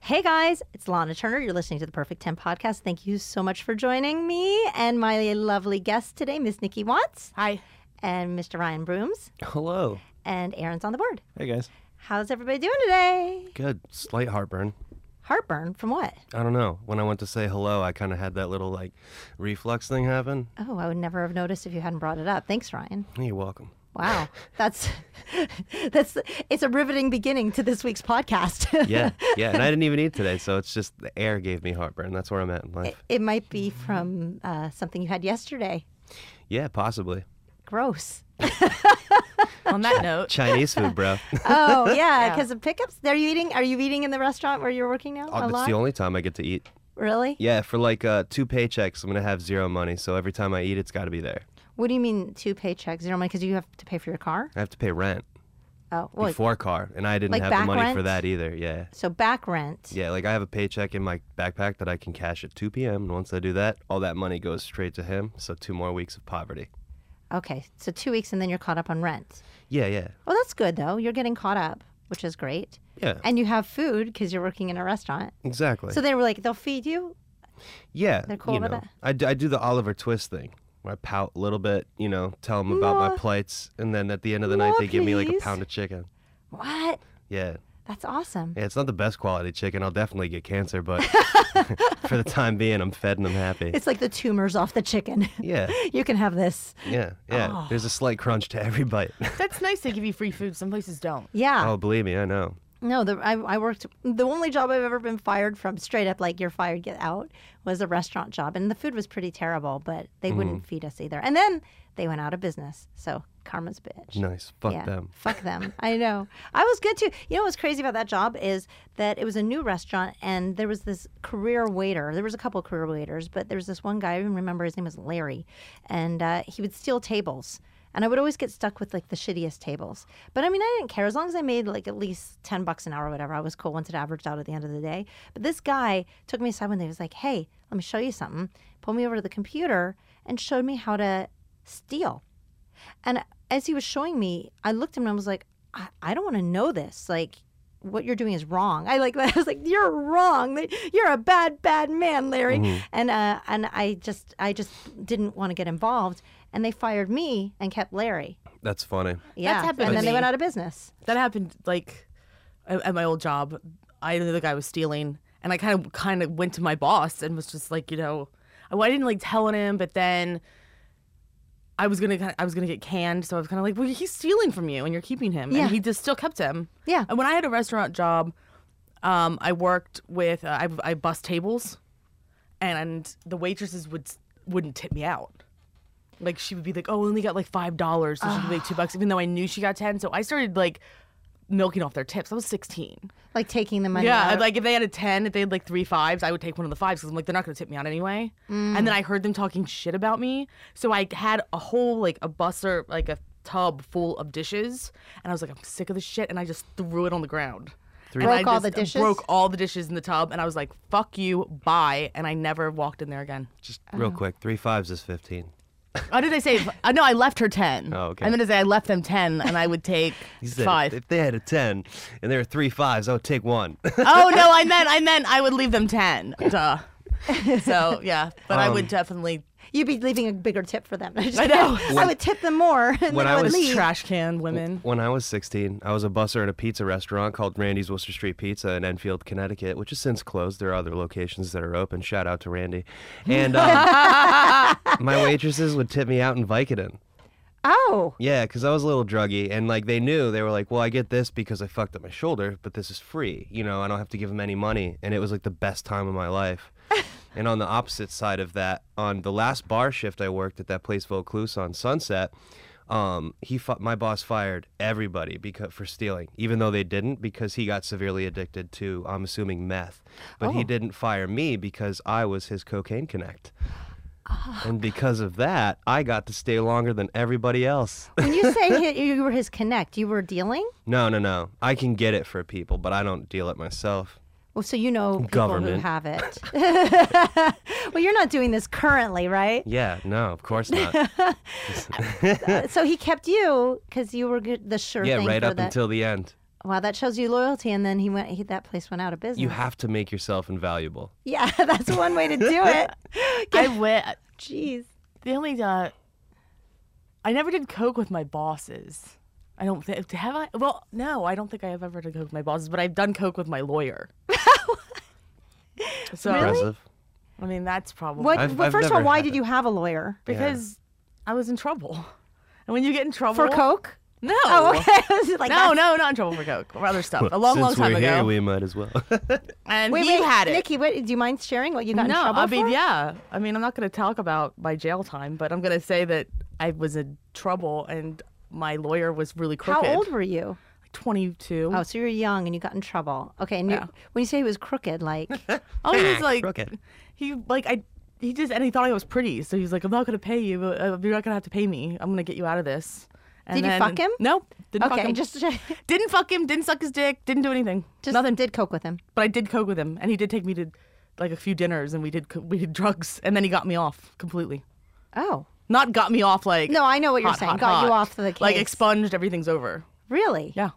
Hey guys, it's Lana Turner. You're listening to the Perfect 10 podcast. Thank you so much for joining me and my lovely guest today, Miss Nikki Watts Hi. and Mr. Ryan Brooms, Hello. and Aaron's on the board. Hey guys. How's everybody doing today? Good. Slight heartburn. Heartburn from what? I don't know. When I went to say hello, I kind of had that little like reflux thing happen. Oh, I would never have noticed if you hadn't brought it up. Thanks, Ryan. You're welcome. Wow, that's that's it's a riveting beginning to this week's podcast. Yeah. Yeah. and I didn't even eat today, so it's just the air gave me heartburn. That's where I'm at in life. it might be from uh, something you had yesterday. Yeah, possibly. Gross. On that note, Chinese food, bro. Oh yeah, Yeah. because of pickups. Are you eating? Are you eating in the restaurant where you're working now? a Oh, It's lot. the only time I get to eat. really? Yeah, for like uh, two paychecks, I'm going to have zero money. So every time I eat, it's got to be there. What do you mean two paychecks? You don't mind because you have to pay for your car. I have to pay rent Oh, well, before car, and I didn't like have the back money for rent? that either. Yeah. so back rent. Yeah, like I have a paycheck in my backpack that I can cash at 2 p.m. And once I do that, all that money goes straight to him. So two more weeks of poverty. Okay, so two weeks and then you're caught up on rent. Yeah, yeah, Well, that's good though. You're getting caught up, which is great. yeah. And you have food because you're working in a restaurant. exactly. So they were like, they'll feed you. yeah, they're cool you with know, that? I do, I do the Oliver Twist thing where I pout a little bit, you know, tell him about No. my plights, and then at the end of the night No, they give me like a please. pound of chicken. What? Yeah, That's awesome. yeah. It's not the best quality chicken. I'll definitely get cancer, but for the time being, I'm fed and I'm happy. It's like the tumors off the chicken. yeah, you can have this. yeah, yeah. There's a slight crunch to every bite. Ah. that's nice they give you free food. Some places don't. Yeah. oh, believe me, I know. No, the, I, I worked, the only job I've ever been fired from, straight up like you're fired, get out, was a restaurant job. And the food was pretty terrible, but they wouldn't feed us either. And then they went out of business. So karma's a bitch. Nice. Fuck yeah, them. Fuck them. I know. I was good too. You know what's crazy about that job is that it was a new restaurant and there was this career waiter. There was a couple career waiters, but there was this one guy. I even remember his name was Larry, and uh, he would steal tables. And I would always get stuck with like the shittiest tables. But I mean, I didn't care as long as I made like at least ten bucks an hour or whatever. I was cool once it averaged out at the end of the day. But this guy took me aside one day. He was like, "Hey, let me show you something." Pulled me over to the computer and showed me how to steal. And as he was showing me, I looked at him and I was like, I, I don't want to know this. Like, what you're doing is wrong. I like. I was like, you're wrong. You're a bad, bad man, Larry. Mm-hmm. And uh, and I just, I just didn't want to get involved. And they fired me and kept Larry. That's funny. Yeah. happened and to then they me. went out of business. That happened like at at my old job. I knew the guy was stealing, and I kind of kind of went to my boss and was just like, you know, I, well, I didn't like telling him, but then I was gonna kinda- I was gonna get canned, so I was kind of like, well, he's stealing from you, and you're keeping him, Yeah. and he just still kept him. Yeah. And when I had a restaurant job, um, I worked with uh, I I bus tables, and the waitresses would wouldn't tip me out. Like she would be like, "Oh, I only got like five dollars, so she'd be like two bucks," even though I knew she got ten. So I started like milking off their tips. I was sixteen. Like taking the money. Yeah, out. I'd, like if they had a ten, if they had like three fives, I would take one of the fives because I'm like, they're not gonna tip me out anyway. And then I heard them talking shit about me, so I had a whole like a buster like a tub full of dishes, and I was like, I'm sick of this shit, and I just threw it on the ground. And Broke I all the just dishes? Broke all the dishes in the tub, and I was like, "Fuck you, bye!" And I never walked in there again. Just real quick, three fives is fifteen. Oh, did I say? I no, I left her ten. Oh, okay. I'm gonna say I left them ten, and I would take He said, five. If they had a ten and there were three fives, I would take one. oh no, I meant I meant I would leave them ten. Duh. So yeah, but I Um, would definitely. you'd be leaving a bigger tip for them. I know. I would tip them more. And then when I, I would was leave. trash can women. when I was sixteen, I was a busser in a pizza restaurant called Randy's Worcester Street Pizza in Enfield, Connecticut, which is since closed. There are other locations that are open. Shout out to Randy. And um, my waitresses would tip me out in Vicodin. oh, Yeah, because I was a little druggy, and like they knew they were like, "Well, I get this because I fucked up my shoulder, but this is free. You know, I don't have to give them any money." And it was like the best time of my life. and on the opposite side of that, on the last bar shift I worked at that place Vaucluse on Sunset, um, he fu- my boss fired everybody because for stealing, even though they didn't, because he got severely addicted to, I'm assuming meth, but he didn't fire me because I was his cocaine connect. And because of that, I got to stay longer than everybody else. when you say he, you were his connect, you were dealing. No, no, no. I can get it for people, but I don't deal it myself. Well, so you know people who Government. have it. well, you're not doing this currently, right? Yeah, no, of course not. So he kept you because you were good, the sure yeah, thing right for up that. until the end. Wow, that shows you loyalty. And then he went. He, that place went out of business. You have to make yourself invaluable. yeah, that's one way to do it. I went. Jeez. The only uh, I never did coke with my bosses. I don't think have I. Well, no, I don't think I have ever done coke with my bosses, but I've done coke with my lawyer. so Impressive. I mean, that's probably What? I've- well, I've first of all, never why had did it. you have a lawyer because I was in trouble. And when you get in trouble for coke? no, Oh, okay. I was like, no, that's- no, not in trouble for coke or other stuff. A long, Since long time we're ago, here, we might as well. and Wait, he wait, had it. Nikki, what, do you mind sharing what you got in no, trouble I mean, for? yeah. I mean, I'm not going to talk about my jail time, but I'm going to say that I was in trouble and my lawyer was really How crooked. old were you? 22. Oh, so you were young and you got in trouble. Okay, and you- Yeah. when you say he was crooked, like, Oh, he was like, Crooked. he like I, he just and he thought I was pretty, so he's like, I'm not gonna pay you. but, Uh, you're not gonna have to pay me. I'm gonna get you out of this. And Did you then- fuck him? Nope. Didn't fuck okay, him. just, didn't fuck him. Didn't suck his dick. Didn't do anything. just Nothing. did coke with him. But I did coke with him, and he did take me to like a few dinners, and we did co- we did drugs, and then he got me off completely. Oh, Not got me off like No, I know what you're hot, saying. hot, Got you hot. off the like case. expunged. Everything's over. really? Yeah.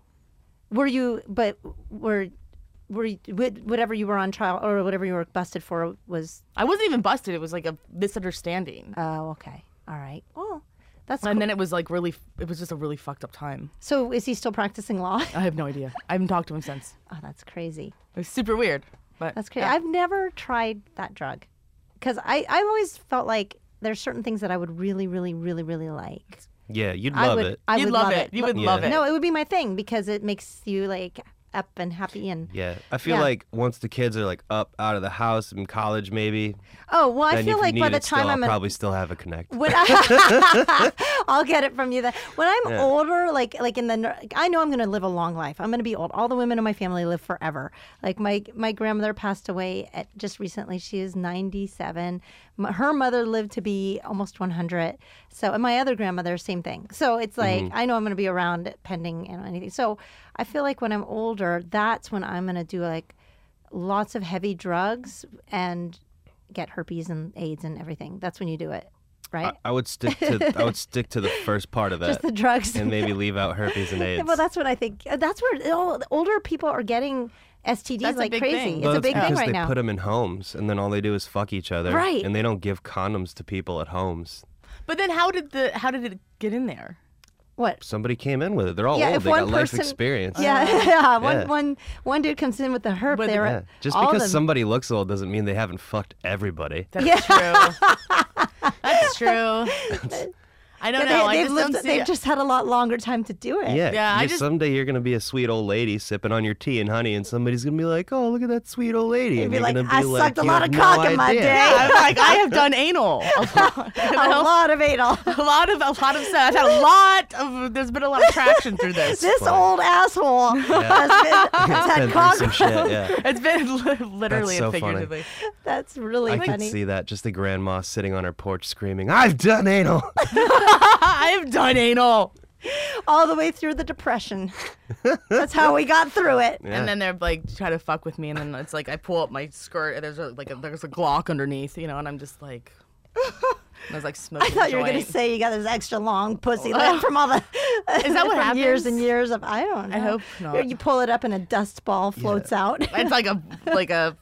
Were you? But were were you, wh- whatever you were on trial or whatever you were busted for was? I wasn't even busted. It was like a misunderstanding. Oh, okay, all right. Well, that's and cool. then it was like really, it was just a really fucked up time. so. Is he still practicing law? I have no idea. I haven't talked to him since. Oh, that's crazy. It was super weird. But That's crazy. I've never tried that drug because I I've always felt like there's certain things that I would really, really, really, really like. Yeah, you'd I love would. it. I You'd would love it. You Lo- would love it. No, it would be my thing because it makes you like up and happy and Yeah, I feel Yeah. like once the kids are like up out of the house in college, maybe. oh well. I then feel if like you by need the it still, time I'll I'm an probably still have a connect. when I, will get it from you then. When I'm Yeah. older, like like in the ner- I know I'm going to live a long life. I'm going to be old. All the women in my family live forever. Like my my grandmother passed away at just recently. She is 97. M- Her mother lived to be almost 100. So and my other grandmother same thing. So it's Mm-hmm. like I know I'm going to be around pending you know, anything. So I feel like when I'm older, that's when I'm going to do like lots of heavy drugs and get herpes and AIDS and everything. That's when you do it. Right? I, uh, I would stick to I would stick to the first part of just that, the drugs. and maybe leave out herpes and AIDS. well, that's what I think. Uh, That's where you know, older people are getting STDs That's a like big crazy. thing. It's Well, a big thing because right they now. put them in homes, and then all they do is fuck each other, Right. And they don't give condoms to people at homes. But then how did the how did it get in there? what? Somebody came in with it. They're all old. They got life experience. Yeah, yeah. One, Oh, Yeah. one, one dude comes in with the herp. With- They were Yeah. Just all because of them- somebody looks old doesn't mean they haven't fucked everybody. That's true. That's true. I don't Yeah, they, know. I have just lived, don't see they've it. just had a lot longer time to do it. Yeah, Yeah, I you- just- someday you're gonna be a sweet old lady sipping on your tea and honey, and somebody's gonna be like, "Oh, look at that sweet old lady," and be you're like, gonna be "I like, sucked a "You lot have of no cock in my idea." day." I'm like I have done anal. You a know? lot of anal. A lot of a lot of sex. I've had a lot of. There's been a lot of traction through this. this funny. old asshole has been, has Been had through cock. some shit, yeah. It's been li- literally so and funny. figuratively. That's really I funny. could see that. Just the grandma sitting on her porch screaming, "I've done anal." I've done anal. All the way through the depression. That's how we got through it. Yeah. And then they're like try to fuck with me, and then it's like I pull up my skirt, and there's a, like a, there's a Glock underneath, you know, and I'm just like, and I was like smoking. I thought you were joint. going to say you got this extra long pussy lip from all the. Is that what Years happens? and years of I don't. know. hope not. You pull it up and a dust ball floats out. It's like a like a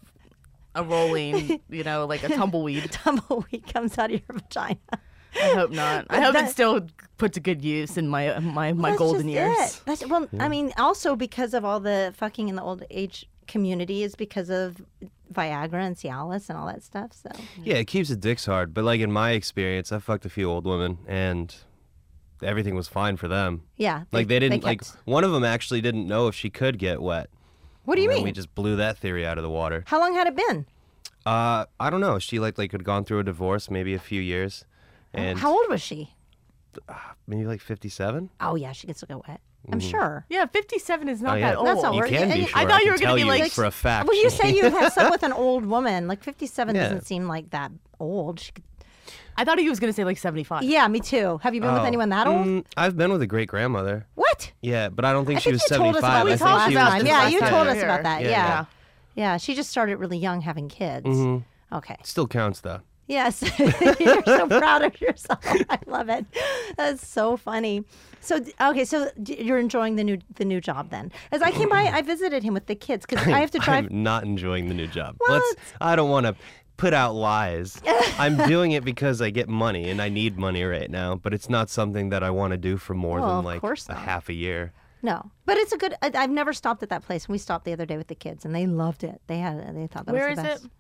a rolling, you know, like a tumbleweed. Tumbleweed comes out of your vagina. I hope not. I hope That- it still put to good use in my my my That's golden just years. It. That's well. I mean, also because of all the fucking in the old age community is because of Viagra and Cialis and all that stuff. So yeah, it keeps the dicks hard. But like in my experience, I fucked a few old women, and everything was fine for them. yeah, Like they didn't like kept- one of them actually didn't know if she could get wet. What do you and mean? Then we just blew that theory out of the water. How long had it been? Uh, I don't know. She like like had gone through a divorce, maybe a few years, and Oh, How old was she? maybe like fifty-seven. Oh yeah, she gets to go wet. I'm sure. Yeah, fifty-seven is not Oh, yeah. that old. That's not You worth it. can be And sure. I thought can you were gonna tell be like- for a fact. Well, you she- say you had sex with an old woman. Like 57 Yeah. doesn't seem like that old. She could... I thought he was gonna say like seventy-five. Yeah, me too. Have you been with Oh. anyone that old? Mm, I've been with a great grandmother. What? Yeah, but I don't think I she think was you told us about seventy-five. we I talked think she about was this just yeah, last you like time. told that. us about that. Yeah. Yeah, yeah. yeah. Mm-hmm. she just started really young having kids. Okay. Still counts though. Yes, you're so proud of yourself. I love it. That's so funny. So d- okay, so d- you're enjoying the new the new job then? As I came by, I visited him with the kids because I have to drive. I'm not enjoying the new job. Well, Let's. I don't want to put out lies. I'm doing it because I get money and I need money right now. But it's not something that I want to do for more Well, than of like course a not. half a year. No, but it's a good. I, I've never stopped at that place. We stopped the other day with the kids, and they loved it. They had. They thought that Where was the is best. it?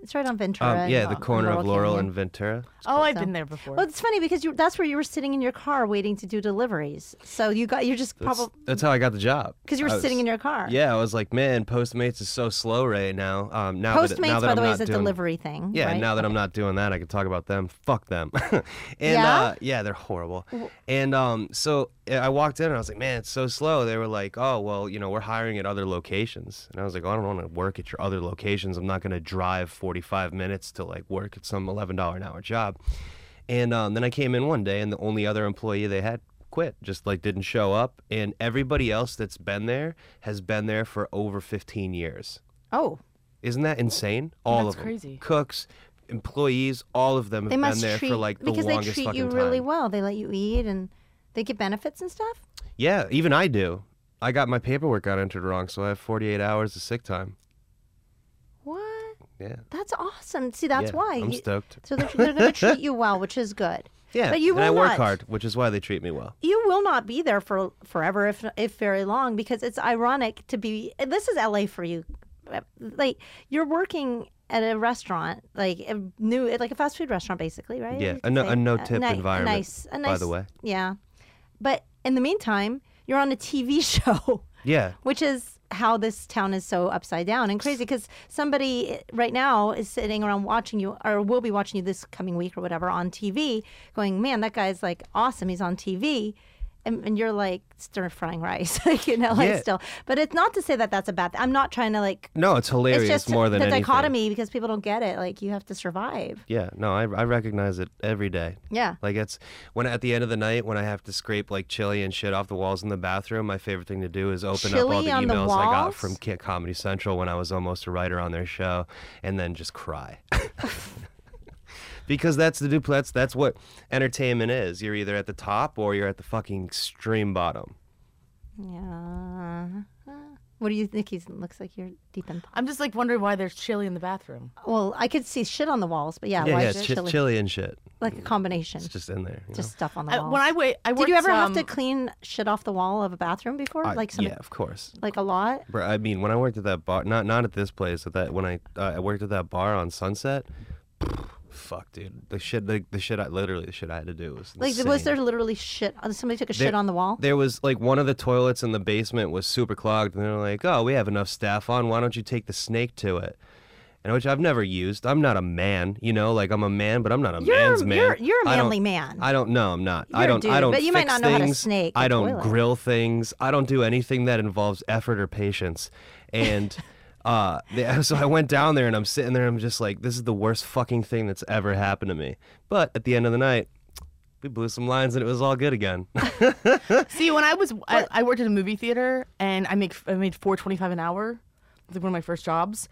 It's right on Ventura. Um, and yeah, the Laurel- corner of Laurel Canyon. and Ventura. Oh, I've so- been there before. Well, it's funny because you, that's where you were sitting in your car waiting to do deliveries. So you got you're just That's, probably that's how I got the job. because you were I was- sitting in your car. Yeah, I was like, man, Postmates is so slow right now. Um, now that, now Postmates, that by I'm the way, not is a doing, delivery thing. Yeah, right? now that I'm not doing that, I can talk about them. Fuck them. and Yeah? Uh, yeah, they're horrible. And um, so uh, I walked in and I was like, man, it's so slow. They were like, oh, well, you know, we're hiring at other locations. And I was like, oh, I don't want to work at your other locations. I'm not going to drive 45 minutes to like work at some $11 an hour job. And um, then I came in one day and the only other employee they had quit, just like didn't show up. And everybody else that's been there has been there for over 15 years. Oh, Isn't that insane? All That's of them. crazy. Cooks, employees, all of them have they been must there treat for like the because they longest treat fucking you really time. well. They let you eat and they get benefits and stuff. Yeah, even I do. I got my paperwork got entered wrong, so I have 48 hours of sick time. What? Yeah. That's awesome. See, that's yeah, why. I'm you- stoked. so they're, they're going to treat you well, which is good. Yeah, but you and will I work not. hard, which is why they treat me well. you will not be there for forever if if very long because it's ironic to be and this is LA for you like you're working at a restaurant like a new like a fast food restaurant basically right Yeah, You a could no- say. a no-tip ni- environment, nice, a by the nice- way. yeah but in the meantime you're on a TV show Yeah. which is how this town is so upside down and crazy because somebody right now is sitting around watching you or will be watching you this coming week or whatever on TV going, man, that guy's like awesome. He's on TV. And, and you're like stir frying rice, you know, like Yeah. still. But it's not to say that that's a bad thing. I'm not trying to like, No, it's hilarious it's just more than the anything. dichotomy because people don't get it. Like you have to survive. Yeah, no, I, I recognize it every day. Yeah. Like it's when at the end of the night when I have to scrape like chili and shit off the walls in the bathroom, my favorite thing to do is open up all Chili the on the emails I got walls? from Ki- Comedy Central when I was almost a writer on their show, and then just cry. because that's the dupl- that's that's what entertainment is. You're either at the top or you're at the fucking extreme bottom. Yeah. What do you think? He looks like you're deep in. I'm just like wondering why there's chili in the bathroom. Well, I could see shit on the walls, but yeah, yeah, why yeah, is it's it chi- chili? chili and shit. Like a combination. It's just in there. you know? just stuff on the I, wall. when I wait, I worked, Did you ever have to um, clean shit off the wall of a bathroom before? I- like some, yeah, of course. like a lot. Bro, I mean, when I worked at that bar, not not at this place, at that when I uh, I worked at that bar on Sunset. Fuck, dude, the shit, the, the shit, I literally the shit I had to do was Like insane. was there literally shit? uh, Somebody took a shit on the wall. There was like one of the toilets in the basement was super clogged, and they're like, "Oh, we have enough staff on. Why don't you take the snake to it?" And which I've never used. I'm not a man, you know. Like I'm a man, but I'm not a You're- man's man. you're- you're a I don't- manly man. I don't know. I'm not. You're I a don't. I dude, don't. but you might fix not know how to things. snake I a don't toilet. grill things. I don't do anything that involves effort or patience. And uh, they, so I went down there and I'm sitting there. And I'm just like, this is the worst fucking thing that's ever happened to me. But at the end of the night, we blew some lines and it was all good again. See, when I was, I, I worked at a movie theater, and I make I made four twenty five an hour. It was like one of my first jobs,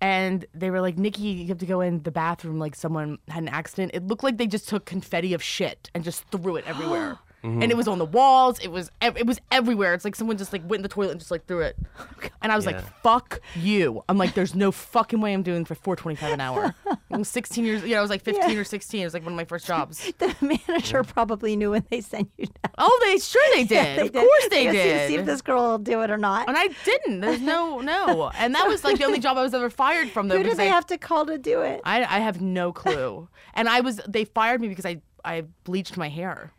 and they were like, "Nikki, you have to go in the bathroom. Like someone had an accident. It looked like they just took confetti of shit and just threw it everywhere." Mm-hmm. And it was on the walls. It was ev- it was everywhere. It's like someone just like went in the toilet and just like threw it. And I was Yeah. like, "Fuck you!" I'm like, "There's no fucking way I'm doing for 4.25 an hour." I was 16 years. You know, I was like 15 or 16. It was like one of my first jobs. The manager probably knew when they sent you down. Oh, they sure they did. They of course did. they They just did. See, see if this girl will do it or not. And I didn't. There's no no. And that was like the only job I was ever fired from though. Who do because they I, have to call to do it? I I have no clue. And I was they fired me because I I bleached my hair.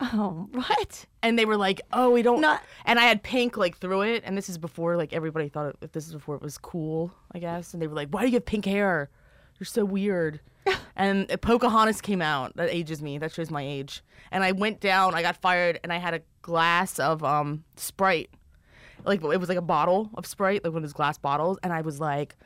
Oh, what? And they were like, "Oh, we don't." Not- and I had pink like through it. And this is before like everybody thought it, this is before it was cool, I guess. And they were like, "Why do you have pink hair? You're so weird." and Pocahontas came out. That ages me. That shows my age. And I went down. I got fired, and I had a glass of um Sprite. Like it was like a bottle of Sprite, like one of those glass bottles. And I was like,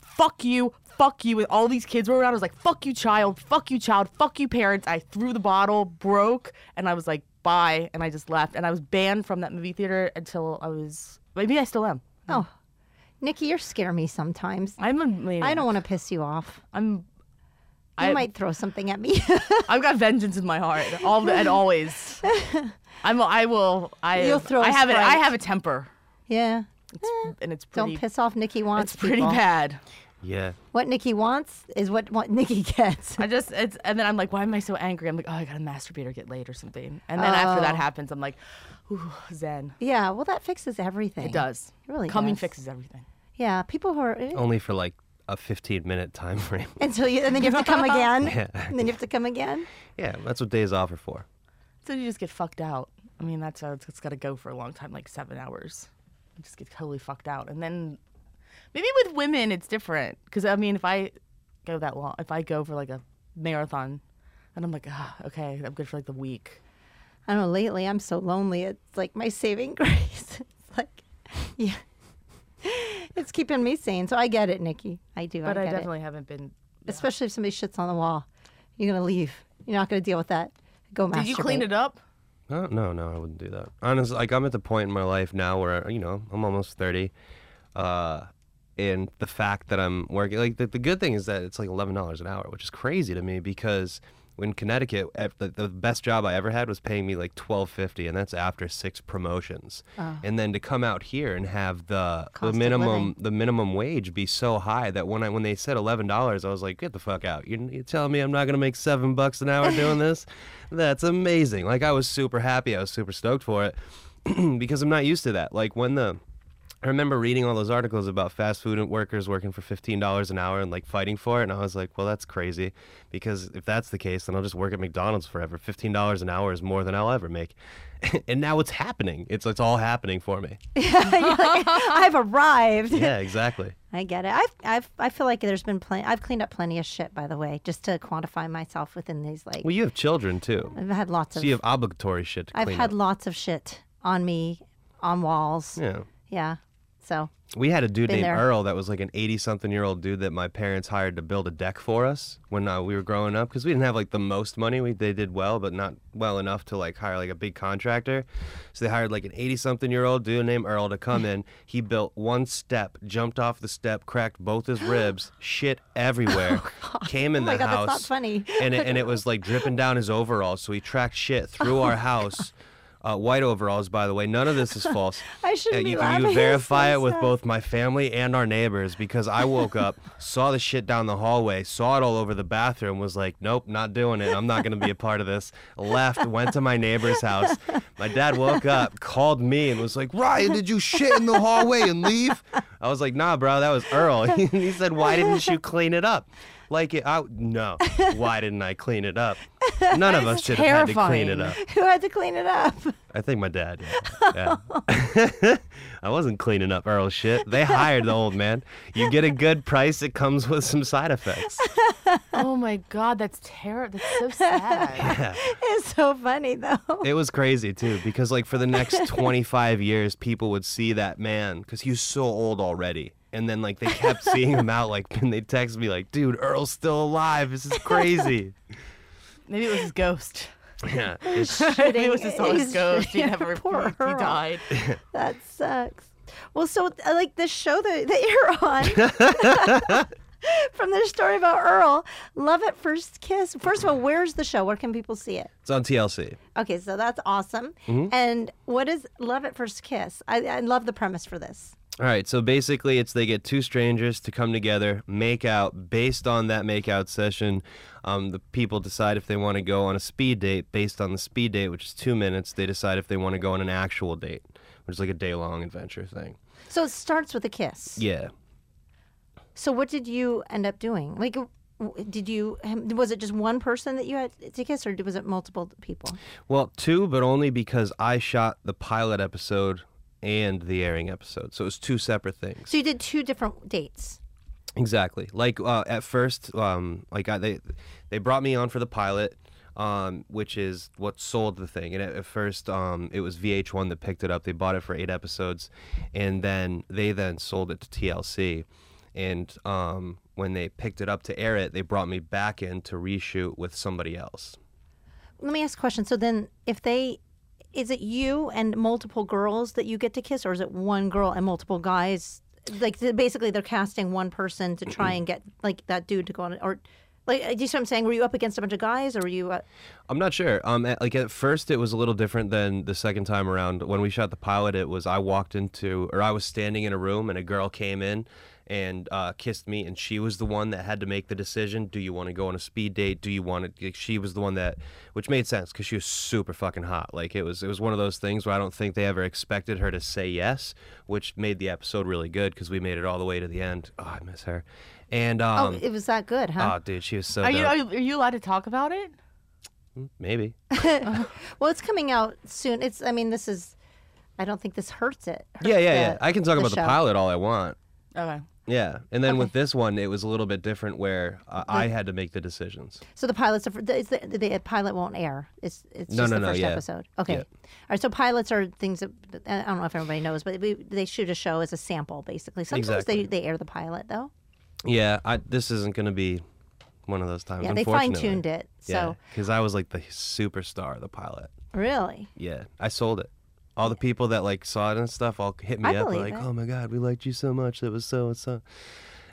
"Fuck you, fuck you!" And all these kids were around. I was like, "Fuck you, child! Fuck you, child! Fuck you, parents!" I threw the bottle, broke, and I was like, "Bye!" And I just left. And I was banned from that movie theater until I was. Maybe I still am. Oh, Nikki, you scare me sometimes. I'm a maniac. I don't want to piss you off. I'm You I- might throw something at me. I've got vengeance in my heart, all and always. I'm. I will. I. You'll throw a I have it. I sprite. have a temper, yeah. Eh, and it's pretty. Don't piss off Nikki wants. It's pretty people. bad. Yeah. What Nikki wants is what, what Nikki gets. I just. It's and then I'm like, why am I so angry? I'm like, oh, I gotta masturbate or get laid or something. And then after that Oh. happens, I'm like, ooh, zen. Yeah, well, that fixes everything. It does. Oh. It really Coming does. fixes everything. Yeah, people who are Only for like a 15 minute time frame. until you, and then you have to come again. Yeah. And then you have to come again. yeah, that's what days off are for. So you just get fucked out. I mean, that's how it's, it's got to go for a long time, like seven hours. You just get totally fucked out, and then maybe with women it's different. Because I mean, if I go that long, if I go for like a marathon, and I'm like, ah, okay, I'm good for like the week. I don't know. Lately, I'm so lonely. It's like my saving grace. It's like, yeah, it's keeping me sane. So I get it, Nikki. I do. But I, get it. definitely haven't been. especially if somebody shits on the wall, you're gonna leave. You're not gonna deal with that. Go masturbate. Did you clean it up? No, Uh, no, no, I wouldn't do that. Honestly, like I'm at the point in my life now where you know I'm almost thirty, uh, and the fact that I'm working like the, the good thing is that it's like eleven dollars an hour, which is crazy to me because in Connecticut, ev- the, the best job I ever had was paying me like twelve fifty, and that's after six promotions. And then to come out here and have the, Ah. Cost the of minimum living. the minimum wage be so high that when I when they said eleven dollars, I was like, get the fuck out! You're, you're telling me I'm not gonna make seven bucks an hour doing this? That's amazing! Like I was super happy, I was super stoked for it because I'm not used to that. Like when the I remember reading all those articles about fast food workers working for fifteen dollars an hour and like fighting for it, and I was like, well, that's crazy, because if that's the case, then I'll just work at McDonald's forever. Fifteen dollars an hour is more than I'll ever make, and now it's happening. It's it's all happening for me. You're like, I've arrived. Yeah, exactly. I get it. I've, I've, I feel like there's been plenty. I've cleaned up plenty of shit, by the way, just to quantify myself within these. Like, Well, you have children too. I've had lots of. So you have obligatory shit to I've clean had up. lots of shit on me, on walls. Yeah. Yeah. So We had a dude Been named there. Earl that was like an 80 something year old dude that my parents hired to build a deck for us when uh, we were growing up because we didn't have like the most money. We, they did well, but not well enough to like hire like a big contractor. So they hired like an 80 something year old dude named Earl to come in. He built one step, jumped off the step, cracked both his ribs, shit everywhere, came in Oh my the God, that's house. not funny. and it, and it was like dripping down his overalls. So he tracked shit through Oh our house. Uh, white overalls, by the way. None of this is false. I shouldn't And be you, laughing. You It's verify so it with sad. both my family and our neighbors because I woke up, saw the shit down the hallway, saw it all over the bathroom, was like, nope, not doing it. I'm not going to be a part of this. Left, went to my neighbor's house. My dad woke up, called me, and was like, Ryan, did you shit in the hallway and leave? I was like, nah, bro, that was Earl. he said, why didn't you clean it up? Like it, I no. Why didn't I clean it up? None of us should have had to clean it terrifying. up. who had to clean it up? I think my dad. Yeah. Yeah. I wasn't cleaning up Earl's shit. They hired the old man. You get a good price, it comes with some side effects. oh my god, that's terrible. That's so sad. It's so funny though. It was crazy too, because like for the next 25 years, people would see that man because he was so old already. And then like they kept seeing him out, like and they text me like, "Dude, Earl's still alive. This is crazy." Maybe it was his ghost. Yeah, it's, Maybe it was his Shitting son's is- ghost. He never. Poor he Earl. died. That sucks. Well, so uh, like this show that, that you're on. From the story about Earl, Love at First Kiss. First of all, where's the show? Where can people see it? it's on TLC. Okay, so that's awesome. Mm-hmm. And what is Love at First Kiss? I, I love the premise for this. All right, so basically, it's they get two strangers to come together, make out. Based on that make out session, um, the people decide if they want to go on a speed date. Based on the speed date, which is two minutes, they decide if they want to go on an actual date, which is like a day long adventure thing. So it starts with a kiss. Yeah. So what did you end up doing? Like, w- did you was it just one person that you had to kiss, or was it multiple people? Well, two, but only because I shot the pilot episode and the airing episode. So it was two separate things. So you did two different dates. Exactly. Like uh, at first, um, like I, they they brought me on for the pilot, um, which is what sold the thing. And at, at first, um, it was VH1 that picked it up. They bought it for eight episodes, and then they then sold it to TLC. And um, when they picked it up to air it, they brought me back in to reshoot with somebody else. Let me ask a question. So then, if they, is it you and multiple girls that you get to kiss, or is it one girl and multiple guys? Like th- basically, they're casting one person to try and get like that dude to go on, or Like, uh, do you see what I'm saying? Were you up against a bunch of guys, or were you? Uh, I'm not sure. Um, at, like at first, it was a little different than the second time around. When we shot the pilot, it was I walked into or I was standing in a room and a girl came in and uh, kissed me, and she was the one that had to make the decision: Do you want to go on a speed date? Do you want to? Like, she was the one that, which made sense because she was super fucking hot. Like it was, it was one of those things where I don't think they ever expected her to say yes, which made the episode really good because we made it all the way to the end. Oh, I miss her. And oh, um, it was that good, huh? oh, dude, she was so. Are you, dope. are you are you allowed to talk about it? Maybe. well, it's coming out soon. It's. I mean, this is. I don't think this hurts it. hurts Yeah, yeah, the- yeah. I can talk about the show. pilot all I want. Okay. Yeah, and then with this one, it was a little bit different where uh, I had to make the decisions. So the pilots are for, the, it's the, the pilot won't air. It's it's No, just no, the no, first yeah. episode. Okay. Yeah. All right. So pilots are things that I don't know if everybody knows, but we, they shoot a show as a sample, basically. Sometimes Exactly. they they air the pilot though. Yeah, I, this isn't going to be one of those times. Yeah, they fine tuned it. So because I was like the superstar of the pilot. really, Yeah, I sold it. All the people that like saw it and stuff all hit me I up believe like, it. "Oh my god, we liked you so much. That was so and so,"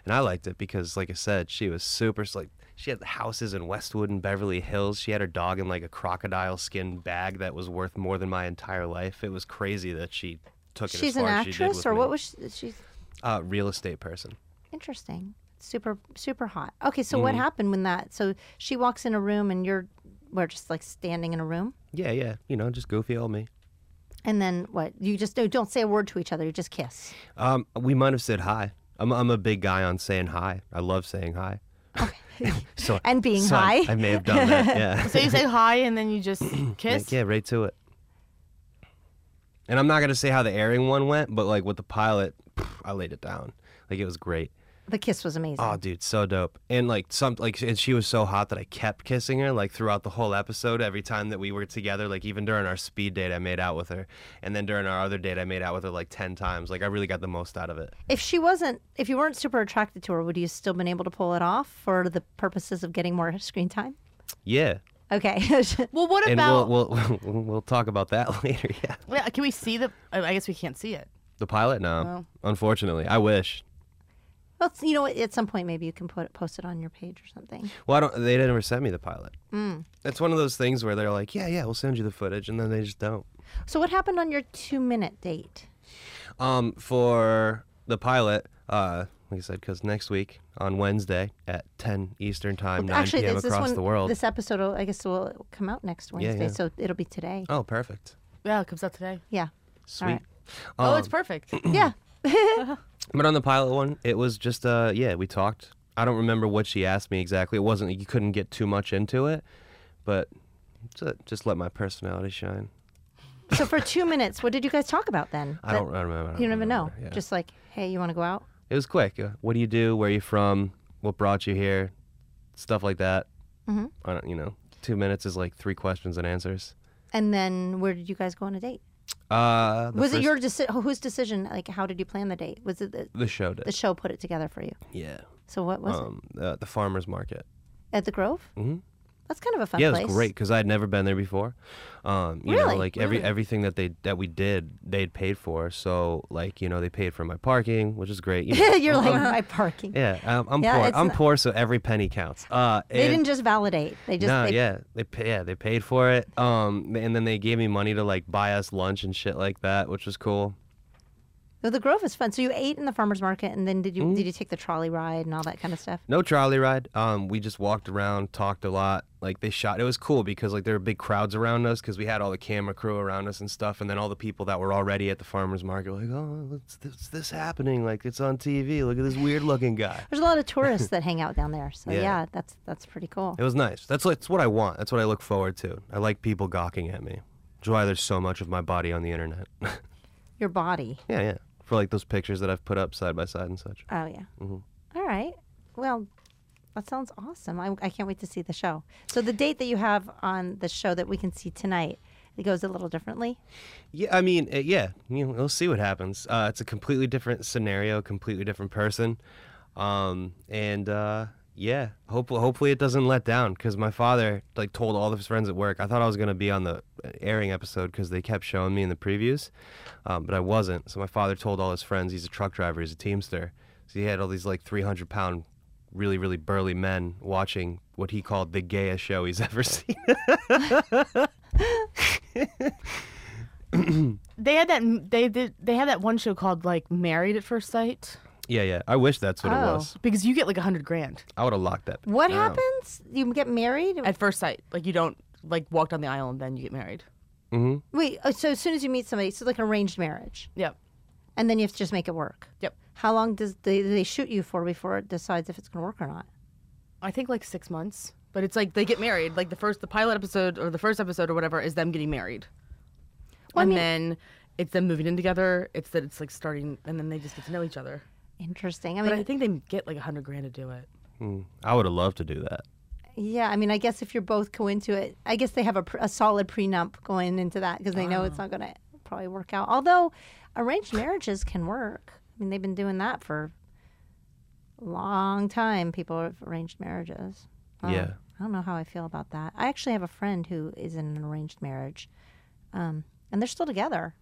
and I liked it because, like I said, she was super. Like she had houses in Westwood and Beverly Hills. She had her dog in like a crocodile skin bag that was worth more than my entire life. It was crazy that she took it. as she's an far as she did actress, with or me. what was she, she's Uh, real estate person. interesting? Super super hot. Okay, so Mm-hmm. what happened when that? So she walks in a room and you're we're just like standing in a room, Yeah, yeah. You know, just goofy old me. and then what? You just don't don't say a word to each other. You just kiss. Um, we might have said hi. I'm, I'm a big guy on saying hi. I love saying hi. so And being so I- hi. I may have done that. Yeah. So you say hi and then you just kiss. Like, yeah, right to it. And I'm not gonna say how the airing one went, but like with the pilot, pff, I laid it down. Like it was great. The kiss was amazing. Oh, dude, so dope. And like some like and she was so hot that I kept kissing her like throughout the whole episode. Every time that we were together, like even during our speed date, I made out with her, and then during our other date, I made out with her like ten times. Like I really got the most out of it. If she wasn't, if you weren't super attracted to her, would you still been able to pull it off for the purposes of getting more screen time? Yeah. Okay. Well, what And about? we'll, we'll we'll talk about that later. Yeah. Yeah, can we see the? I I guess we can't see it. The pilot, no. Unfortunately, I wish. well, you know, what, at some point maybe you can put post it on your page or something. Well, I don't. They never sent me the pilot. Mm. That's one of those things where they're like, "Yeah, yeah, we'll send you the footage," and then they just don't. So what happened on your two minute date? Um, for the pilot, uh, like I said, because next week on Wednesday at 10 Eastern Time, 9 Actually, p.m. there's this across one. the world. This episode, will, I guess, will come out next Wednesday, yeah. so it'll be today. Oh, perfect. Yeah, it comes out today. Yeah. Sweet. All right. oh, Um, it's perfect. yeah. But on the pilot one, it was just uh yeah, we talked. I don't remember what she asked me exactly. It wasn't you couldn't get too much into it, but ju- just let my personality shine. So for two minutes, what did you guys talk about then? I don't, I don't remember. I You don't even know. remember, yeah. Just like, hey, you want to go out? it was quick. Uh, What do you do? Where are you from? What brought you here? Stuff like that. Mhm. I don't, you know, two minutes is like three questions and answers. And then where did you guys go on a date? Uh, the was it first- your deci- whose decision? Like, how did you plan the date? Was it the, the show the did? show put it together for you? Yeah. So what was um, uh, the farmers market. it at the Grove? Mhm. That's kind of a fun yeah, place. it was great because I had never been there before. Um, you Really? know, like every everything that they that we did, they'd paid for. So like, you know, they paid for my parking, which is great. You know, You're like my parking. yeah, um, I'm Yeah, poor. it's I'm not- poor, so every penny counts. Uh, They and- didn't just validate. They just no, they, yeah, they pa- yeah they paid for it. Um, and then they gave me money to like buy us lunch and shit like that, which was cool. Well, the Grove is fun. So you ate in the farmers market, and then did Mm-hmm. you did you take the trolley ride and all that kind of stuff? No trolley ride. Um, we just walked around, talked a lot. Like they shot. It was cool because like there were big crowds around us because we had all the camera crew around us and stuff, and then all the people that were already at the farmers market were like, oh, what's this, what's this happening? Like it's on TV. Look at this weird looking guy. There's a lot of tourists that hang out down there. So yeah, Yeah. that's that's pretty cool. It was nice. That's like, it's what I want. That's what I look forward to. I like people gawking at me. Which is why there's so much of my body on the internet. yeah, Your body. yeah. For like those pictures that I've put up side by side and such. Oh yeah. Mm-hmm. All right. Well, that sounds awesome. I, I can't wait to see the show. So the date that you have on the show that we can see tonight, it goes a little differently. Yeah, I mean, uh, yeah, you know, we'll see what happens. Uh, it's a completely different scenario, completely different person, um, and uh, yeah, hopefully, hopefully it doesn't let down. Because my father like told all of his friends at work, I thought I was gonna be on the uh, airing episode because they kept showing me in the previews, um, but I wasn't. So my father told all his friends, he's a truck driver, he's a teamster, so he had all these like 300 pound really, really burly men watching what he called the gayest show he's ever seen. They had that. They did. They had that one show called like Married at First Sight yeah, yeah. I wish that's what it Oh. was. because you get like a hundred grand I would have locked that. What down. happens? You get married? at first sight. Like you don't like walk down the aisle and then you get married. Wait, oh, so as soon as you meet somebody, so like arranged marriage, Yep. and then you have to just make it work. Yep. How long does they, do they shoot you for before it decides if it's going to work or not? I think like six months. But it's like they get married. Like the first, the pilot episode or the first episode or whatever is them getting married. Well, I and mean- then it's them moving in together. It's that it's like starting, and then they just get to know each other. Interesting. I But mean, I think they get like a hundred grand to do it. I would have loved to do that. yeah. I mean, I guess if you're both go into it, I guess they have a, pr- a solid prenup going into that because they know it's not going to probably work out. Although arranged marriages can work. I mean, they've been doing that for a long time. People have arranged marriages. I don't- Yeah. I don't know how I feel about that. I actually have a friend who is in an arranged marriage, um, and they're still together,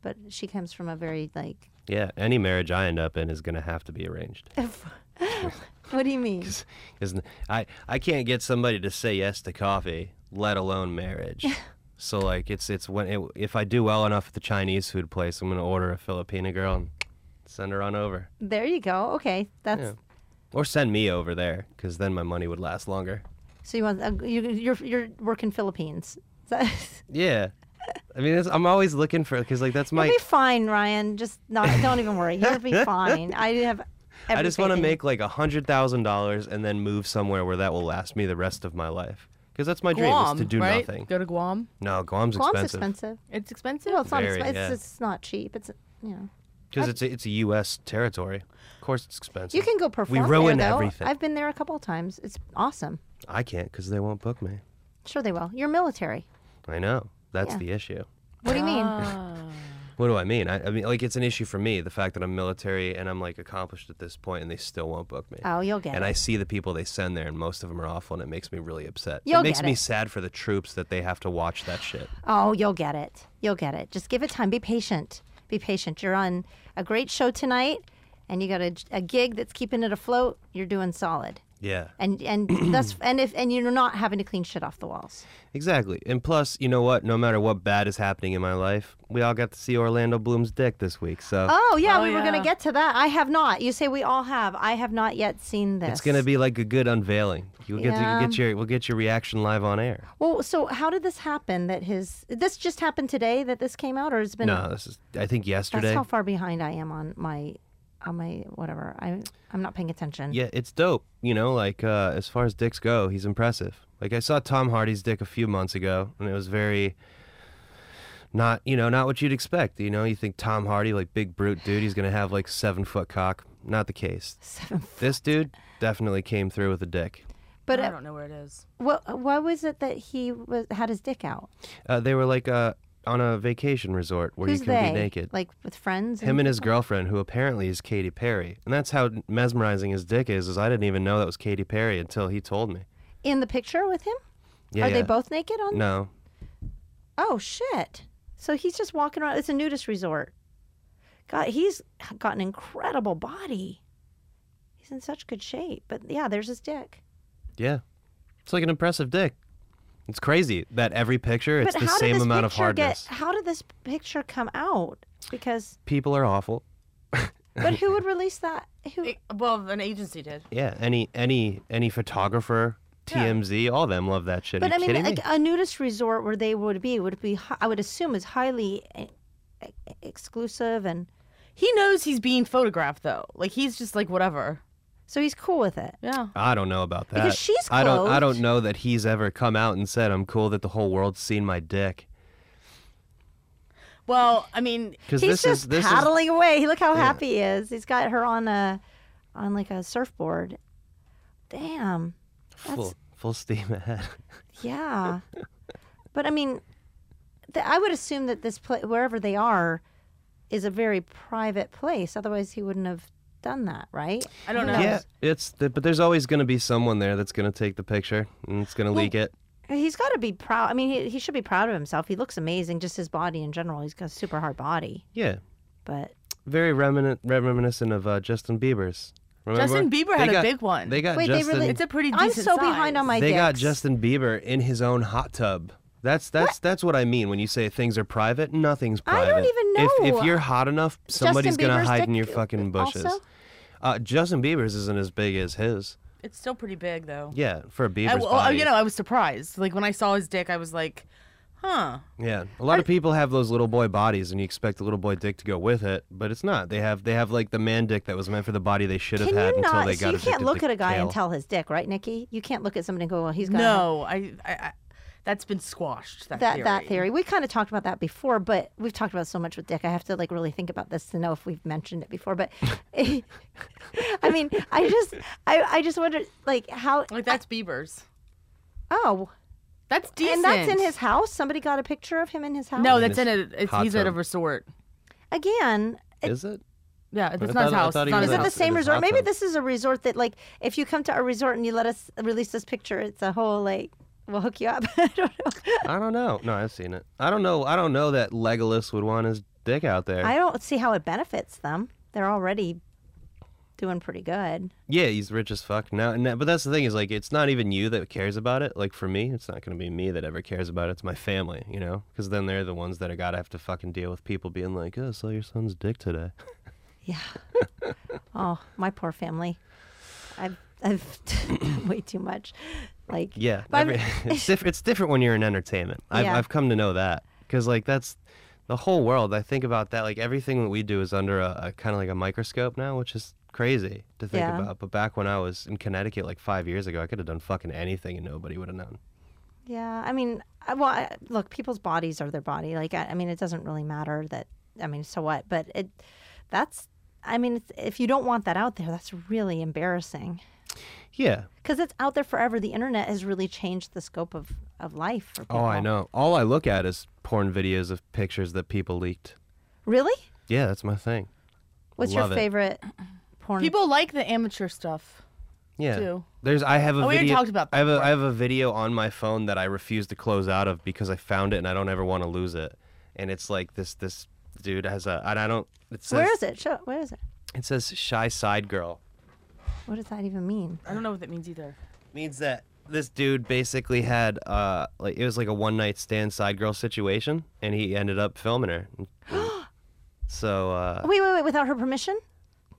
but she comes from a very like. Yeah, any marriage I end up in is going to have to be arranged. Eh. What do you mean? Because I, I can't get somebody to say yes to coffee, let alone marriage. so like it's it's when it, if I do well enough at the Chinese food place, I'm gonna order a Filipina girl and send her on over, There you go. Okay, that's Yeah. or send me over there, because then my money would last longer. so you want uh, you you're you're working Philippines. Is that- Yeah, I mean it's, I'm always looking for because like that's my You'll be fine, Ryan. Just not. Don't even worry. You'll be fine. I have. I just want to everything. make like a hundred thousand dollars and then move somewhere where that will last me the rest of my life. Because that's my dream is Guam, to do right? nothing. Go to Guam. No, Guam's, Guam's expensive. expensive. It's expensive. Well, it's not. Very, expensive. yeah. It's, it's not cheap. It's you know. Because it's a, it's a U.S. territory. Of course, it's expensive. You can go perform ruin there, though. everything. I've been there a couple of times. It's awesome. I can't because they won't book me. Sure, they will. You're military. I know that's Yeah. the issue. What do you mean? What do I mean? I, I mean, like it's an issue for me. The fact that I'm military and I'm like accomplished at this point, and they still won't book me. Oh, you'll get and it. I see the people they send there, and most of them are awful, and it makes me really upset. You'll it makes get me it. sad for the troops that they have to watch that shit. Oh, you'll get it. You'll get it. Just give it time. Be patient. Be patient. You're on a great show tonight, and you got a, a gig that's keeping it afloat. You're doing solid. Yeah. And and that's and if and you're not having to clean shit off the walls. Exactly. And plus, you know what? No matter what bad is happening in my life, we all got to see Orlando Bloom's dick this week. So Oh yeah, Oh, we were yeah. gonna get to that. I have not. You say we all have. I have not yet seen this. it's gonna be like a good unveiling. You'll get to, Yeah. you'll get your we'll get your reaction live on air. Well, so how did this happen? That his this just happened today that this came out, or it's been No, this is I think That's yesterday. how far behind I am on my on my whatever. I I'm not paying attention. Yeah, it's dope. You know, like uh, as far as dicks go, he's impressive. Like I saw Tom Hardy's dick a few months ago, and it was very not you know not what you'd expect. You know, you think Tom Hardy, like big brute dude, he's gonna have like seven foot cock. Not the case. Seven. This dude definitely came through with a dick. But I uh, don't know where it is. what what was it that he was had his dick out? Uh, they were like uh, on a vacation resort where Who's you can they? be naked. Like with friends? him and his girlfriend, who apparently is Katy Perry, and that's how mesmerizing his dick is. Is I didn't even know that was Katy Perry until he told me. in the picture with him? Yeah, Are yeah. they both naked on? No, Oh shit! So he's just walking around. It's a nudist resort. God, he's got an incredible body. He's in such good shape. But yeah, there's his dick. Yeah. It's like an impressive dick. It's crazy that every picture it's but the how did same this amount of picture hardness. get? How did this picture come out? Because People are awful. but who would release that? Who? well, an agency did. Yeah, any any any photographer, TMZ, all them love that shit. But Are I you mean, kidding like me? a nudist resort where they would be would be, hi- I would assume, is highly e- e- exclusive, and He knows he's being photographed though. Like he's just like whatever. so he's cool with it. Yeah. I don't know about that. Because she's I don't clothed. I don't know that he's ever come out and said I'm cool that the whole world's seen my dick. Well, I mean, Cuz He's this just is this is paddling away. Look how happy he is. He's got her on a, on like a surfboard. Damn. full full steam ahead. Yeah. but I mean, th- I would assume that this place, wherever they are, is a very private place. Otherwise, he wouldn't have done that, right? I don't know. yeah, it's the, but there's always going to be someone there that's going to take the picture and it's going to leak it. He's got to be proud. I mean, he, he should be proud of himself. He looks amazing, just his body in general. He's got a super hard body, Yeah. but Very reminiscent reminiscent of uh, Justin Bieber's Remember? Justin Bieber had They a got- big one. They got Wait, they Justin. really- It's a pretty I'm decent so behind size. on my they got dicks. Justin Bieber in his own hot tub. That's that's that's what I mean when you say things are private. Nothing's I private. don't even If, know. if you're hot enough, somebody's Justin gonna Bieber's hide in dick your fucking bushes. also? Uh, Justin Bieber's isn't as big as his. It's still pretty big though. Yeah, Uh, for a Bieber's I, oh, well, body. you know, I was surprised. Like when I saw his dick, I was like, "Huh." yeah, a lot of people have those little boy bodies, and you expect the little boy dick to go with it, but it's not. They have they have like the man dick that was meant for the body they should have Can had you until not? they got so you addicted can't look to at a guy and kale. tell his dick, right, Nikki? You can't look at somebody and go, "Well, he's got a- No, I, I, I that's been squashed. That, uh, that theory. that theory. We kind of talked about that before, but we've talked about so much with Dick. I have to like really think about this to know if we've mentioned it before. But I mean, I just I I just wonder like how Like that's Bieber's. oh That's decent. and that's in his house. Somebody got a picture of him in his house. No, In that's his in a. It's, hot he's at a tub. resort. again. It, Is it? Yeah, it's I not thought- his I house. thought It's he not was is his in it a house. the house. same It is resort? hot Maybe tub. this is a resort that, like, if you come to our resort and you let us release this picture, it's a whole like we'll hook you up. I don't know. I don't know. No, I've seen it. I don't know. I don't know that Legolas would want his dick out there. I don't see how it benefits them. They're already doing pretty good. Yeah, he's rich as fuck now. now but that's the thing is like, it's not even you that cares about it. Like for me, it's not going to be me that ever cares about it. It's my family, you know, because then they're the ones that are gotta have to fucking deal with people being like, "Oh, saw your son's dick today." Yeah. oh, my poor family. I've I've done way too much. Like Yeah, but I'm- every- it's different. It's different when you're in entertainment. I've, Yeah. I've come to know that because like that's the whole world. I think about that. Like everything that we do is under a, a kind of like a microscope now, which is crazy to think Yeah. about. But back when I was in Connecticut, like five years ago, I could have done fucking anything and nobody would have known. yeah, I mean, I, well, I, look, people's bodies are their body. Like I, I mean, it doesn't really matter that. I mean, so what? But it that's. I mean, it's, if you don't want that out there, that's really embarrassing Yeah, because it's out there forever. The internet has really changed the scope of, of life for people. Oh, I know. All I look at is porn videos of pictures that people leaked. Really? Yeah, that's my thing. What's Love your it. favorite porn? People like the amateur stuff. Yeah. Too. There's I have a Oh, we already video talked about I have a I have a video on my phone that I refuse to close out of because I found it and I don't ever want to lose it. And it's like this this dude has a and I don't it says Where is it? Show, where is it? it says shy side girl. What does that even mean? I don't know what that means either. means that this dude basically had uh like it was like a one night stand side girl situation and he ended up filming her. so uh Wait, wait, wait! Without her permission?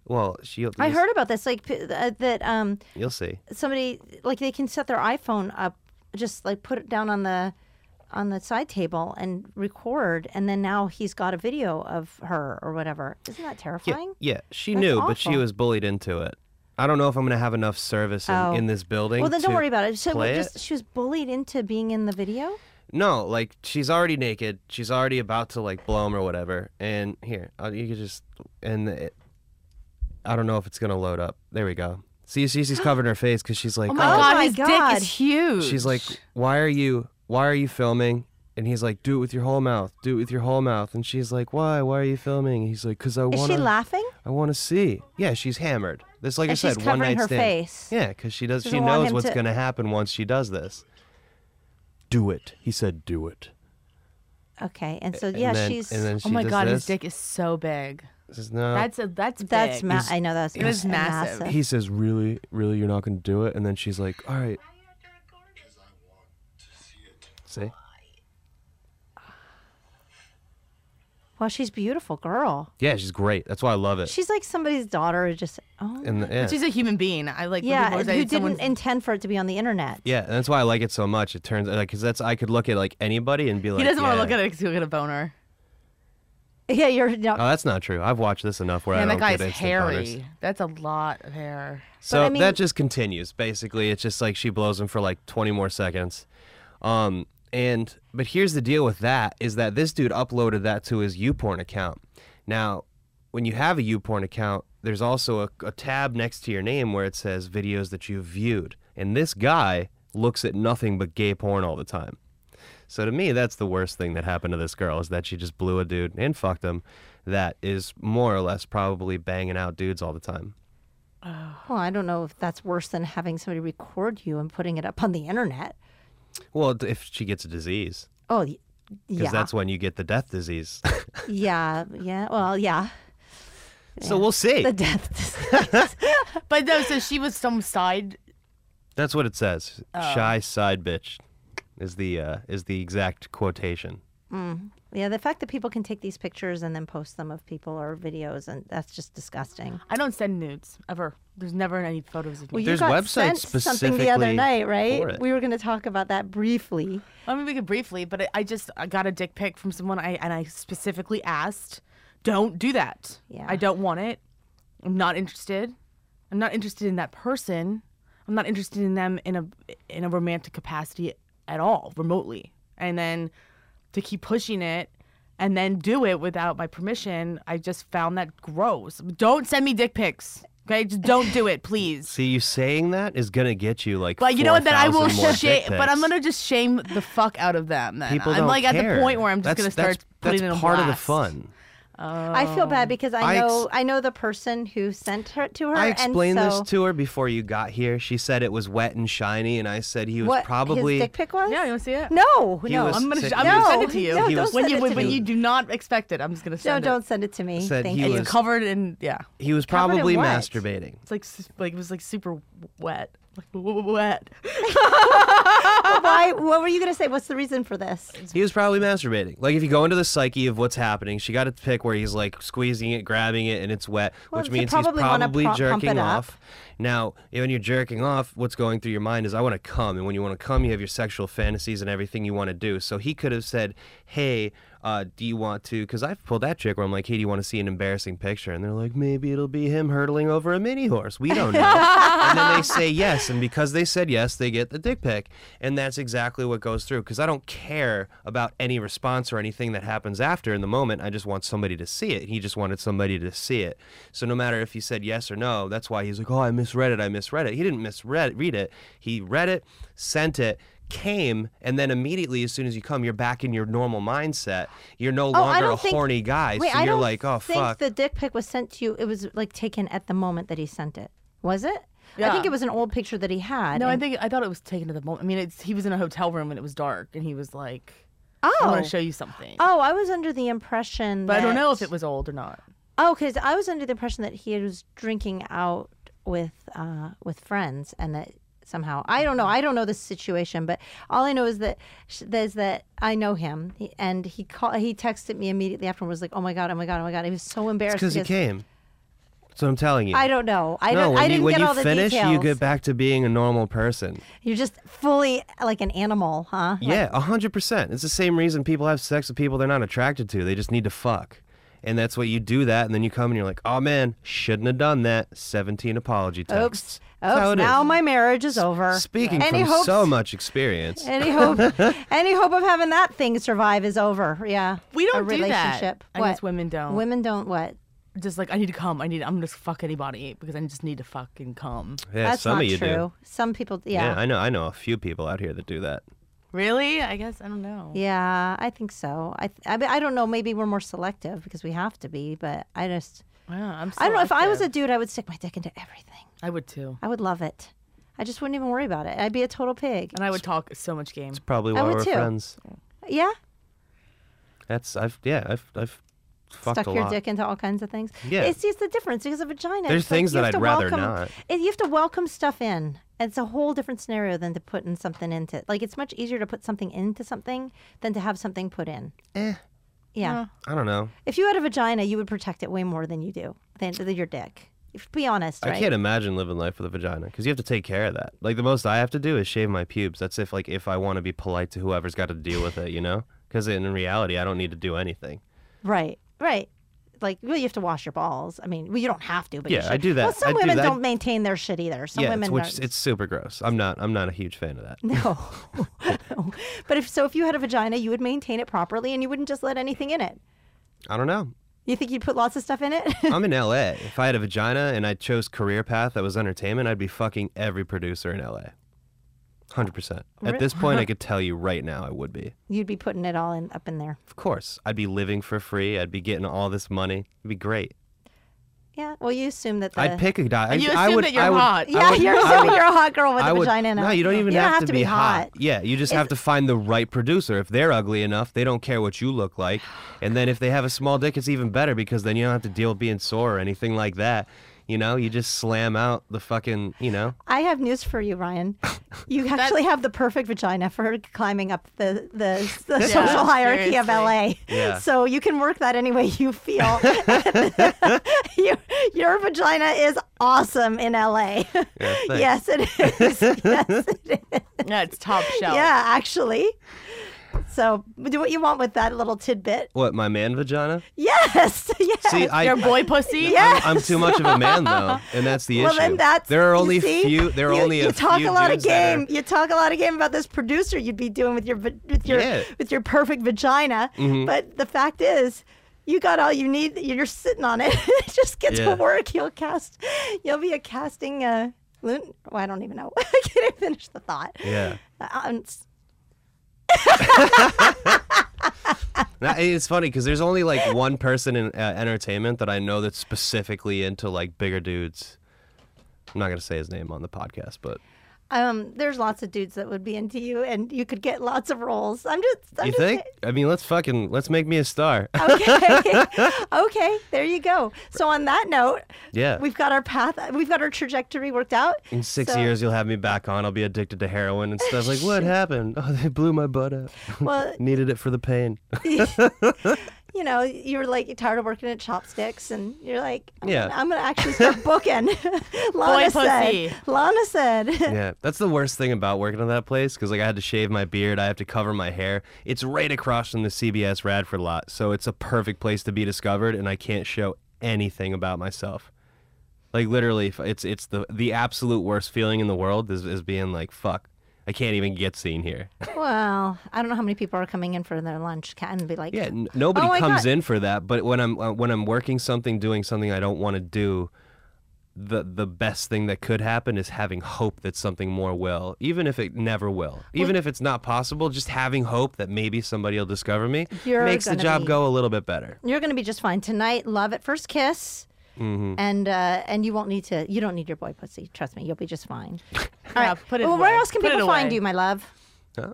well she I heard about this. Like p- uh, that, um, you'll see. somebody like they can set their iPhone up, just like put it down on the on the side table and record, and then now he's got a video of her or whatever. Isn't that terrifying? Yeah, she That's knew, but she awful. was bullied into it. I don't know if I'm going to have enough service in, Oh. in this building. Well, then don't to worry about it. So play just she was bullied into being in the video. No, like she's already naked. She's already about to like blow him or whatever. And here, uh, you could just and it, I don't know if it's going to load up. There we go. See, see she's covering her face cuz she's like, Oh my Oh god, my his God. dick is huge. Oh She's like, "Why are you? Why are you filming?" And he's like, "Do it with your whole mouth. Do it with your whole mouth." And she's like, "Why? Why are you filming?" And he's like, "Cause I Is want she to. laughing? I want to see." Yeah, she's hammered. This, like I And she's said, one covering night her stand. face. Yeah, because she does. She doesn't want knows him what's to- going to happen once she does this. Do it. He said, "Do it." Okay, and so And yeah, then- she's And then she oh my does god, this. his dick is so big. Says, no. That's a that's that's big. ma- I know that's it was massive. He says, "Really, really, you're not going to do it?" And then she's like, "All right." See, Well, she's a beautiful girl. yeah, she's great. That's why I love it. She's like somebody's daughter. who Just oh and the, yeah, She's a human being. I like. when people Yeah, say who didn't someone's- intend for it to be on the internet. yeah, and that's why I like it so much. It turns like because that's I could look at like anybody and be like, he doesn't want yeah. to look at it because he'll get a boner. Yeah, you're no. Oh, that's not true. I've watched this enough where I Man, that don't guy's get instant boners. hairy. That's a lot of hair. So I mean- that just continues. Basically, it's just like she blows him for like 20 more seconds. Um, and but here's the deal with that is that this dude uploaded that to his YouPorn account. Now, when you have a YouPorn account, there's also a, a tab next to your name where it says videos that you've viewed. And this guy looks at nothing but gay porn all the time. So to me, that's the worst thing that happened to this girl is that she just blew a dude and fucked him. That is more or less probably banging out dudes all the time. Well, I don't know if that's worse than having somebody record you and putting it up on the internet. Well, d- if she gets a disease, Oh, y- because yeah, that's when you get the death disease. yeah, yeah. Well, yeah, So we'll see. the death. But no, so she was some side. That's what it says. Oh. Shy side bitch is the uh, is the exact quotation. Yeah, the fact that people can take these pictures and then post them of people or videos, and that's just disgusting. I don't send nudes ever. There's never any photos of Well, me. you There's got sent websites something the other specifically night, for right? it. We were going to talk about that briefly. I mean, we could briefly, but I- I just I got a dick pic from someone I and I specifically asked, don't do that. Yeah. I don't want it. I'm not interested. I'm not interested in that person. I'm not interested in them in a in a romantic capacity at all, remotely. And then to keep pushing it and then do it without my permission, I just found that gross. Don't send me dick pics. Okay, just don't do it, please. See, you saying that is gonna get you like. But you know what? Then I will 4,000 more shame. dick But I'm pics. gonna just shame the fuck out of them. Then People I'm don't like at care. the point where I'm just That's- gonna start that's, putting that's in a part of the blast. fun. I feel bad because I Oh. I ex- know I know the person who sent her to her. I explained and so this to her before you got here. She said it was wet and shiny, and I said he was what probably. his dick pic was. Yeah, you wanna see it? No, He no, was I'm gonna, sick. I'm No, gonna send it to you. no, He don't was- when send you it to when me. you do not expect it, I'm just gonna no, send don't send it to me. Said Thank he you. it. was- It's covered in yeah. he was Covered in probably what? masturbating. It's like s- like it was like super wet, like w- w- wet. Why? What were you going to say? What's the reason for this? He was probably masturbating. Like if you go into the psyche of what's happening, she got a pic where he's like squeezing it, grabbing it, and it's wet, Well, which you means probably he's wanna probably pro- pump it jerking up. off. Now, when you're jerking off, what's going through your mind is I want to come, and when you want to come, you have your sexual fantasies and everything you want to do. So he could have said, "Hey, uh, do you want to?" Because I've pulled that trick where I'm like, "Hey, do you want to see an embarrassing picture?" And they're like, "Maybe it'll be him hurtling over a mini horse. We don't know." and then they say yes, and because they said yes, they get the dick pic, and that's exactly what goes through. Because I don't care about any response or anything that happens after in the moment. I just want somebody to see it. He just wanted somebody to see it. So no matter if he said yes or no, that's why he's like, "Oh, I misread it. I misread it." He didn't misread read it. He read it, sent it. Came and then immediately, as soon as you come, you're back in your normal mindset. You're no Oh, I longer don't a think- horny guy, Wait, so I you're don't like, "Oh think fuck." the dick pic was sent to you. It was like taken at the moment that he sent it. Was it? I Yeah. think it was an old picture that he had. No, I and- think I thought it was taken to the moment. I mean, it's he was in a hotel room and it was dark, and he was like, "I Oh, want to show you something," oh, I was under the impression. but I don't know if that- it was old or not. Oh, because I was under the impression that he was drinking out with uh, with friends, and that somehow I don't know. I don't know the situation, but all I know is that sh- is that I know him, he, and he called. He texted me immediately after and was like, "Oh my god, oh my god, oh my god." He was so embarrassed Because he came. That's what I'm telling you. I don't know. I no, don't. when I didn't you, when get you all the finish, details. you get back to being a normal person. You're just fully like an animal, huh? Yeah, a hundred percent. It's the same reason people have sex with people they're not attracted to. They just need to fuck, and that's what you do. That, and then you come and you're like, "Oh man, shouldn't have done that." Seventeen apology Oops. texts. That's how Oops. it Now is. my marriage is over. Speaking any from hopes, so much experience, Any hope? any hope of having that thing survive is over. Yeah. We don't a do that. relationship. I What? guess women don't. Women don't what? Just like I need to come. I need. I'm gonna just fuck anybody because I just need to fucking come. yeah, That's some not of you true. do. Some people. Yeah, Yeah. I know. I know a few people out here that do that. Really? I guess I don't know. Yeah. I think so. I, th- I mean, I don't know. Maybe we're more selective because we have to be. But I just Wow, I'm I don't know. If I was a selective. dude, I would stick my dick into everything. I would too, I would love it. I just wouldn't even worry about it. I'd be a total pig. and I would talk so much game. Probably I why would we're too. friends. Yeah. That's I've yeah I've I've fucked stuck a your lot. dick into all kinds of things. Yeah. it's just the difference because a vagina. There's it's like things you that have I'd to rather welcome- not. it- you have to welcome stuff in. It's a whole different scenario than to putting something into. it. Like it's much easier to put something into something than to have something put in. Eh, Yeah. I don't know. If you had a vagina, you would protect it way more than you do than, than your dick. If, be honest, right? I can't imagine living life with a vagina because you have to take care of that. Like the most I have to do is shave my pubes. That's if like if I want to be polite to whoever's got to deal with it, you know? Because in reality, I don't need to do anything. Right. Right. Like well, you have to wash your balls. I mean, well, you don't have to, but you Yeah, I should. do that. Well, some I do women that. not maintain their shit either. Some yeah, women it's, aren't- which it's super gross. I'm not. I'm not a huge fan of that. No. No. But if so, if you had a vagina, you would maintain it properly and you wouldn't just let anything in it. I don't know. You think you'd put lots of stuff in it? I'm in L.A. If I had a vagina and I chose career path that was entertainment, I'd be fucking every producer in L.A. Hundred percent. At this point, I could tell you right now, I would be. You'd be putting it all in up in there. Of course, I'd be living for free. I'd be getting all this money. It'd be great. Yeah. Well, you assume that the I'd pick a guy. you I- I assume would- that you're I would- hot. Yeah, would- you're I assuming would- you're a hot girl with a I would- vagina. in it. No, you don't even you have, to, be, hot. Yeah, you just Is- have to find the right producer. If they're ugly enough, they don't care what you look like. And then if they have a small dick, it's even better because then you don't have to deal with being sore or anything like that. You know, you just slam out the fucking, you know. I have news for you, Ryan. You actually have the perfect vagina for climbing up the, the, the social hierarchy of LA. Yeah. So you can work that any way you feel. your, your vagina is awesome in LA. Yeah, thanks. yes, it is. yes, it is. Yeah, it's top shelf. Yeah, actually. So do what you want with that little tidbit. What my man vagina? Yes, yes. See, I Your boy pussy. Yeah. I'm, I'm too much of a man though, and that's the Well, issue. then that's there are only you see, few. There are you, only you a talk few a lot of dudes that game. are- You talk a lot of game about this producer you'd be doing with your va- with your Yeah. Mm-hmm. with your perfect vagina, but the fact is. You got all you need. You're sitting on it. Just get to Yeah. work. You'll cast. You'll be a casting. Uh, loon. Well, I don't even know. I can't even finish the thought. yeah. Uh, um, s- Now, it's funny because there's only like one person in uh, entertainment that I know that's specifically into like bigger dudes. I'm not gonna say his name on the podcast, but um, there's lots of dudes that would be into you, and you could get lots of roles. I'm just. I'm you just think? I mean, let's fucking let's make me a star. Oh, okay. okay. There you go. So on that note, Yeah. we've got our path, we've got our trajectory worked out. In six So- years, you'll have me back on. I'll be addicted to heroin and stuff. Like, what happened? Oh, they blew my butt out. Well, Needed it for the pain. you know, you're like you're tired of working at Chopsticks, and you're like, I'm Yeah. gonna- I'm gonna actually start booking. Lana pussy. said. Lana said. yeah, that's the worst thing about working at that place because like I had to shave my beard, I have to cover my hair. It's right across from the CBS Radford lot, so it's a perfect place to be discovered, and I can't show anything about myself. Like literally, if- it's it's the the absolute worst feeling in the world is, is being like fuck. I can't even get seen here. well, I don't know how many people are coming in for their lunch Kat, and be like, Yeah, n- nobody Oh my comes God. in for that. But when I'm uh, when I'm working something, doing something I don't want to do, the the best thing that could happen is having hope that something more will, even if it never will, even if it's not possible. Just having hope that maybe somebody will discover me You're makes the gonna job be- go a little bit better. you're gonna be just fine tonight. Love at first kiss. Mm-hmm. And uh, and you won't need to. You don't need your boy pussy. Trust me, you'll be just fine. All right. Yeah, put it well, where away. else can Put it people find away. you, my love?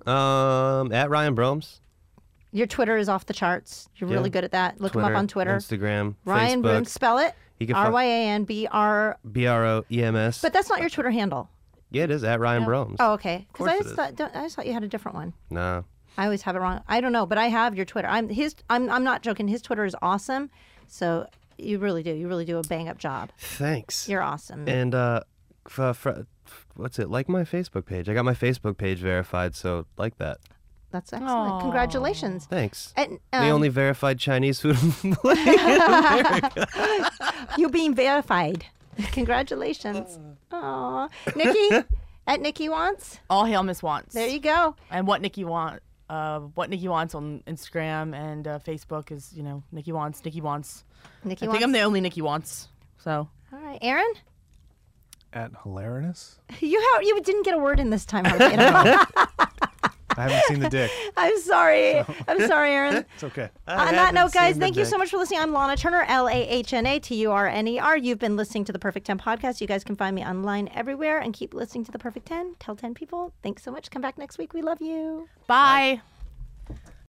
Um, at Ryan Bromes, Your Twitter is off the charts. You're really Yeah. good at that. Look him Twitter, up on Twitter. Instagram, Ryan Broom, Facebook, spell it. You can fi- R Y A N B R. B R O E M S. But that's not your Twitter handle. Yeah, it is at Ryan Bromes. Oh, okay. Because course I it just is. thought don't- I just thought you had a different one. No, I always have it wrong. I don't know, but I have your Twitter. I'm his. I'm. I'm not joking. His Twitter is awesome. So you really do. You really do a bang up job. thanks. You're awesome. And uh, f- fr- what's it like? My Facebook page. I got my Facebook page verified, so like that. That's excellent. Congratulations. Thanks. And the um, only verified Chinese food on the planet. you're being verified. Congratulations. Aw. Nikki at Nikki wants. All hail Miss Wants. There you go. and what Nikki want. Uh, what Nikki wants on Instagram and uh, Facebook is you know Nikki wants Nikki wants. Nikki I wants. think I'm the only Nikki wants. So All right, Aaron. At Hilarinus? You ha- you didn't get a word in this time. Hurricane. I haven't seen the dick. I'm sorry. I'm sorry, Aaron. It's okay. Uh, On that note, haven't guys, seen the thank you so dick. much for listening. I'm Lana Turner, L A H N A T U R N E R. You've been listening to the Perfect 10 podcast. You guys can find me online everywhere and keep listening to the Perfect 10. Tell 10 people. Thanks so much. Come back next week. We love you. bye.